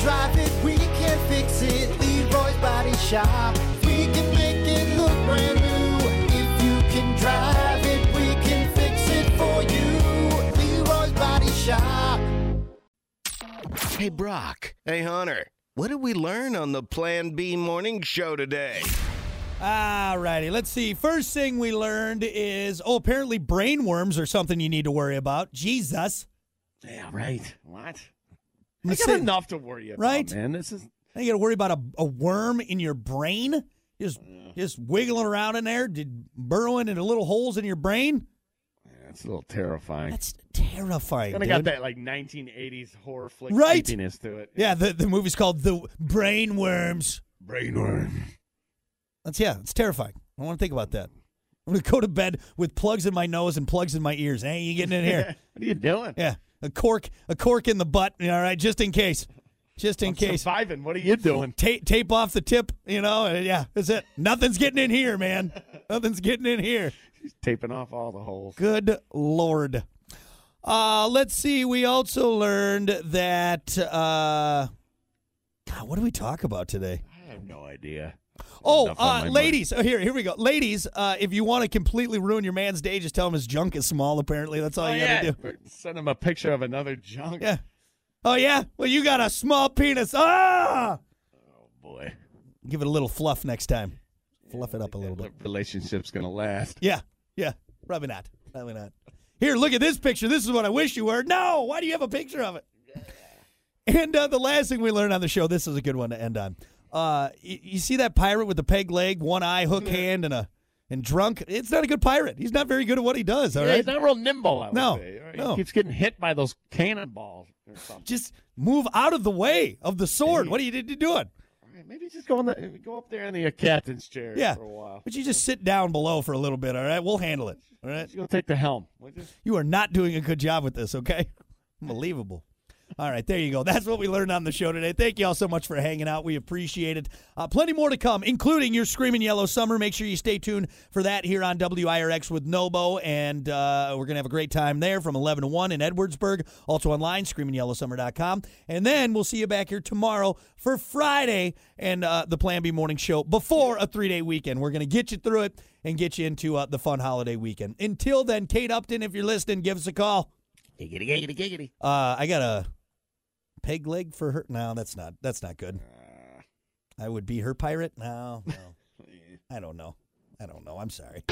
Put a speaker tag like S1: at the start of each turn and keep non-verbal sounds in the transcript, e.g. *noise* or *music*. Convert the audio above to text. S1: drive it, we can fix it. Leroy's Body Shop. We can make it look brand new. If you can drive it, we can fix it for you. Leroy's Body Shop.
S2: Hey, Brock. Hey, Hunter. What did we learn on the Plan B morning show today?
S3: All righty, let's see. First thing we learned is oh, apparently brain worms are something you need to worry about. Jesus,
S4: Yeah, right. What?
S3: I'm
S4: I got
S3: saying-
S4: enough to worry about,
S3: Right?
S4: man. This is
S3: now you got to worry about a, a worm in your brain, just just wiggling around in there, did, burrowing into little holes in your brain.
S4: that's a little terrifying.
S3: That's terrifying.
S4: Kind of
S3: dude.
S4: got that like 1980s horror flick
S3: Right?
S4: creepiness to it.
S3: Yeah, the the movie's called The Brain Worms.
S4: brainworm.
S3: That's yeah, it's terrifying. I want to think about that. I'm gonna go to bed with plugs in my nose and plugs in my ears. Hey, you getting in here?
S4: What are you doing?
S3: yeah, a cork, a cork in the butt. All right, just in case, just in
S4: I'm
S3: case.
S4: surviving. What are you doing?
S3: tape tape off the tip, you know, and yeah, that's it. Nothing's getting in here, man. Nothing's getting in here.
S4: Taping off all the holes.
S3: Good lord. Uh let's see. We also learned that uh God, what do we talk about today?
S4: I have no idea.
S3: Oh,
S4: Enough on
S3: uh,
S4: my
S3: ladies. Oh, here, here we go. Ladies, uh, if you want to completely ruin your man's day, just tell him his junk is small, apparently. That's all
S4: Oh,
S3: you gotta do.
S4: Send him a picture of another junk.
S3: Yeah. Oh yeah? Well you got a small penis. Ah
S4: Boy,
S3: Give it a little fluff next time. Fluff it up a little bit.
S4: the relationship's gonna last.
S3: Yeah, yeah, probably not. Probably not. Here, look at this picture. This is what I wish you were. No, why do you have a picture of it? *laughs* And uh, the last thing we learned on the show, this is a good one to end on. Uh, you, you see that pirate with the peg leg, one eye, hook
S4: Mm-hmm.
S3: hand, and a and drunk? It's not a good pirate. He's not very good at what he does. All
S4: Yeah,
S3: right,
S4: he's not real nimble. I would
S3: No,
S4: say. He
S3: no.
S4: keeps getting hit by those cannonballs or something.
S3: just move out of the way of the sword. What are you, you doing?
S4: All right, maybe just go on the go up there in the captain's chair
S3: Yeah,
S4: for a while.
S3: but you just sit down below for a little bit. All right, we'll handle it. All right.
S4: Just go take the helm. would you?
S3: You are not doing a good job with this, okay? *laughs* Unbelievable. All right, there you go. That's what we learned on the show today. Thank you all so much for hanging out. We appreciate it. Uh, plenty more to come, including your Screaming Yellow Summer. Make sure you stay tuned for that here on WIRX with Nobo. And uh, we're going to have a great time there from 11 to 1 in Edwardsburg. Also online, screamingyellowsummer.com. And then we'll see you back here tomorrow for Friday and uh, the Plan B Morning Show before a three day weekend. We're going to get you through it and get you into uh, the fun holiday weekend. Until then, Kate Upton, if you're listening, give us a call.
S4: Giggity, giggity, giggity.
S3: Uh, I got a peg leg for her. No, that's not. That's not good. I would be her pirate. No, no. I don't know. I don't know. I'm sorry.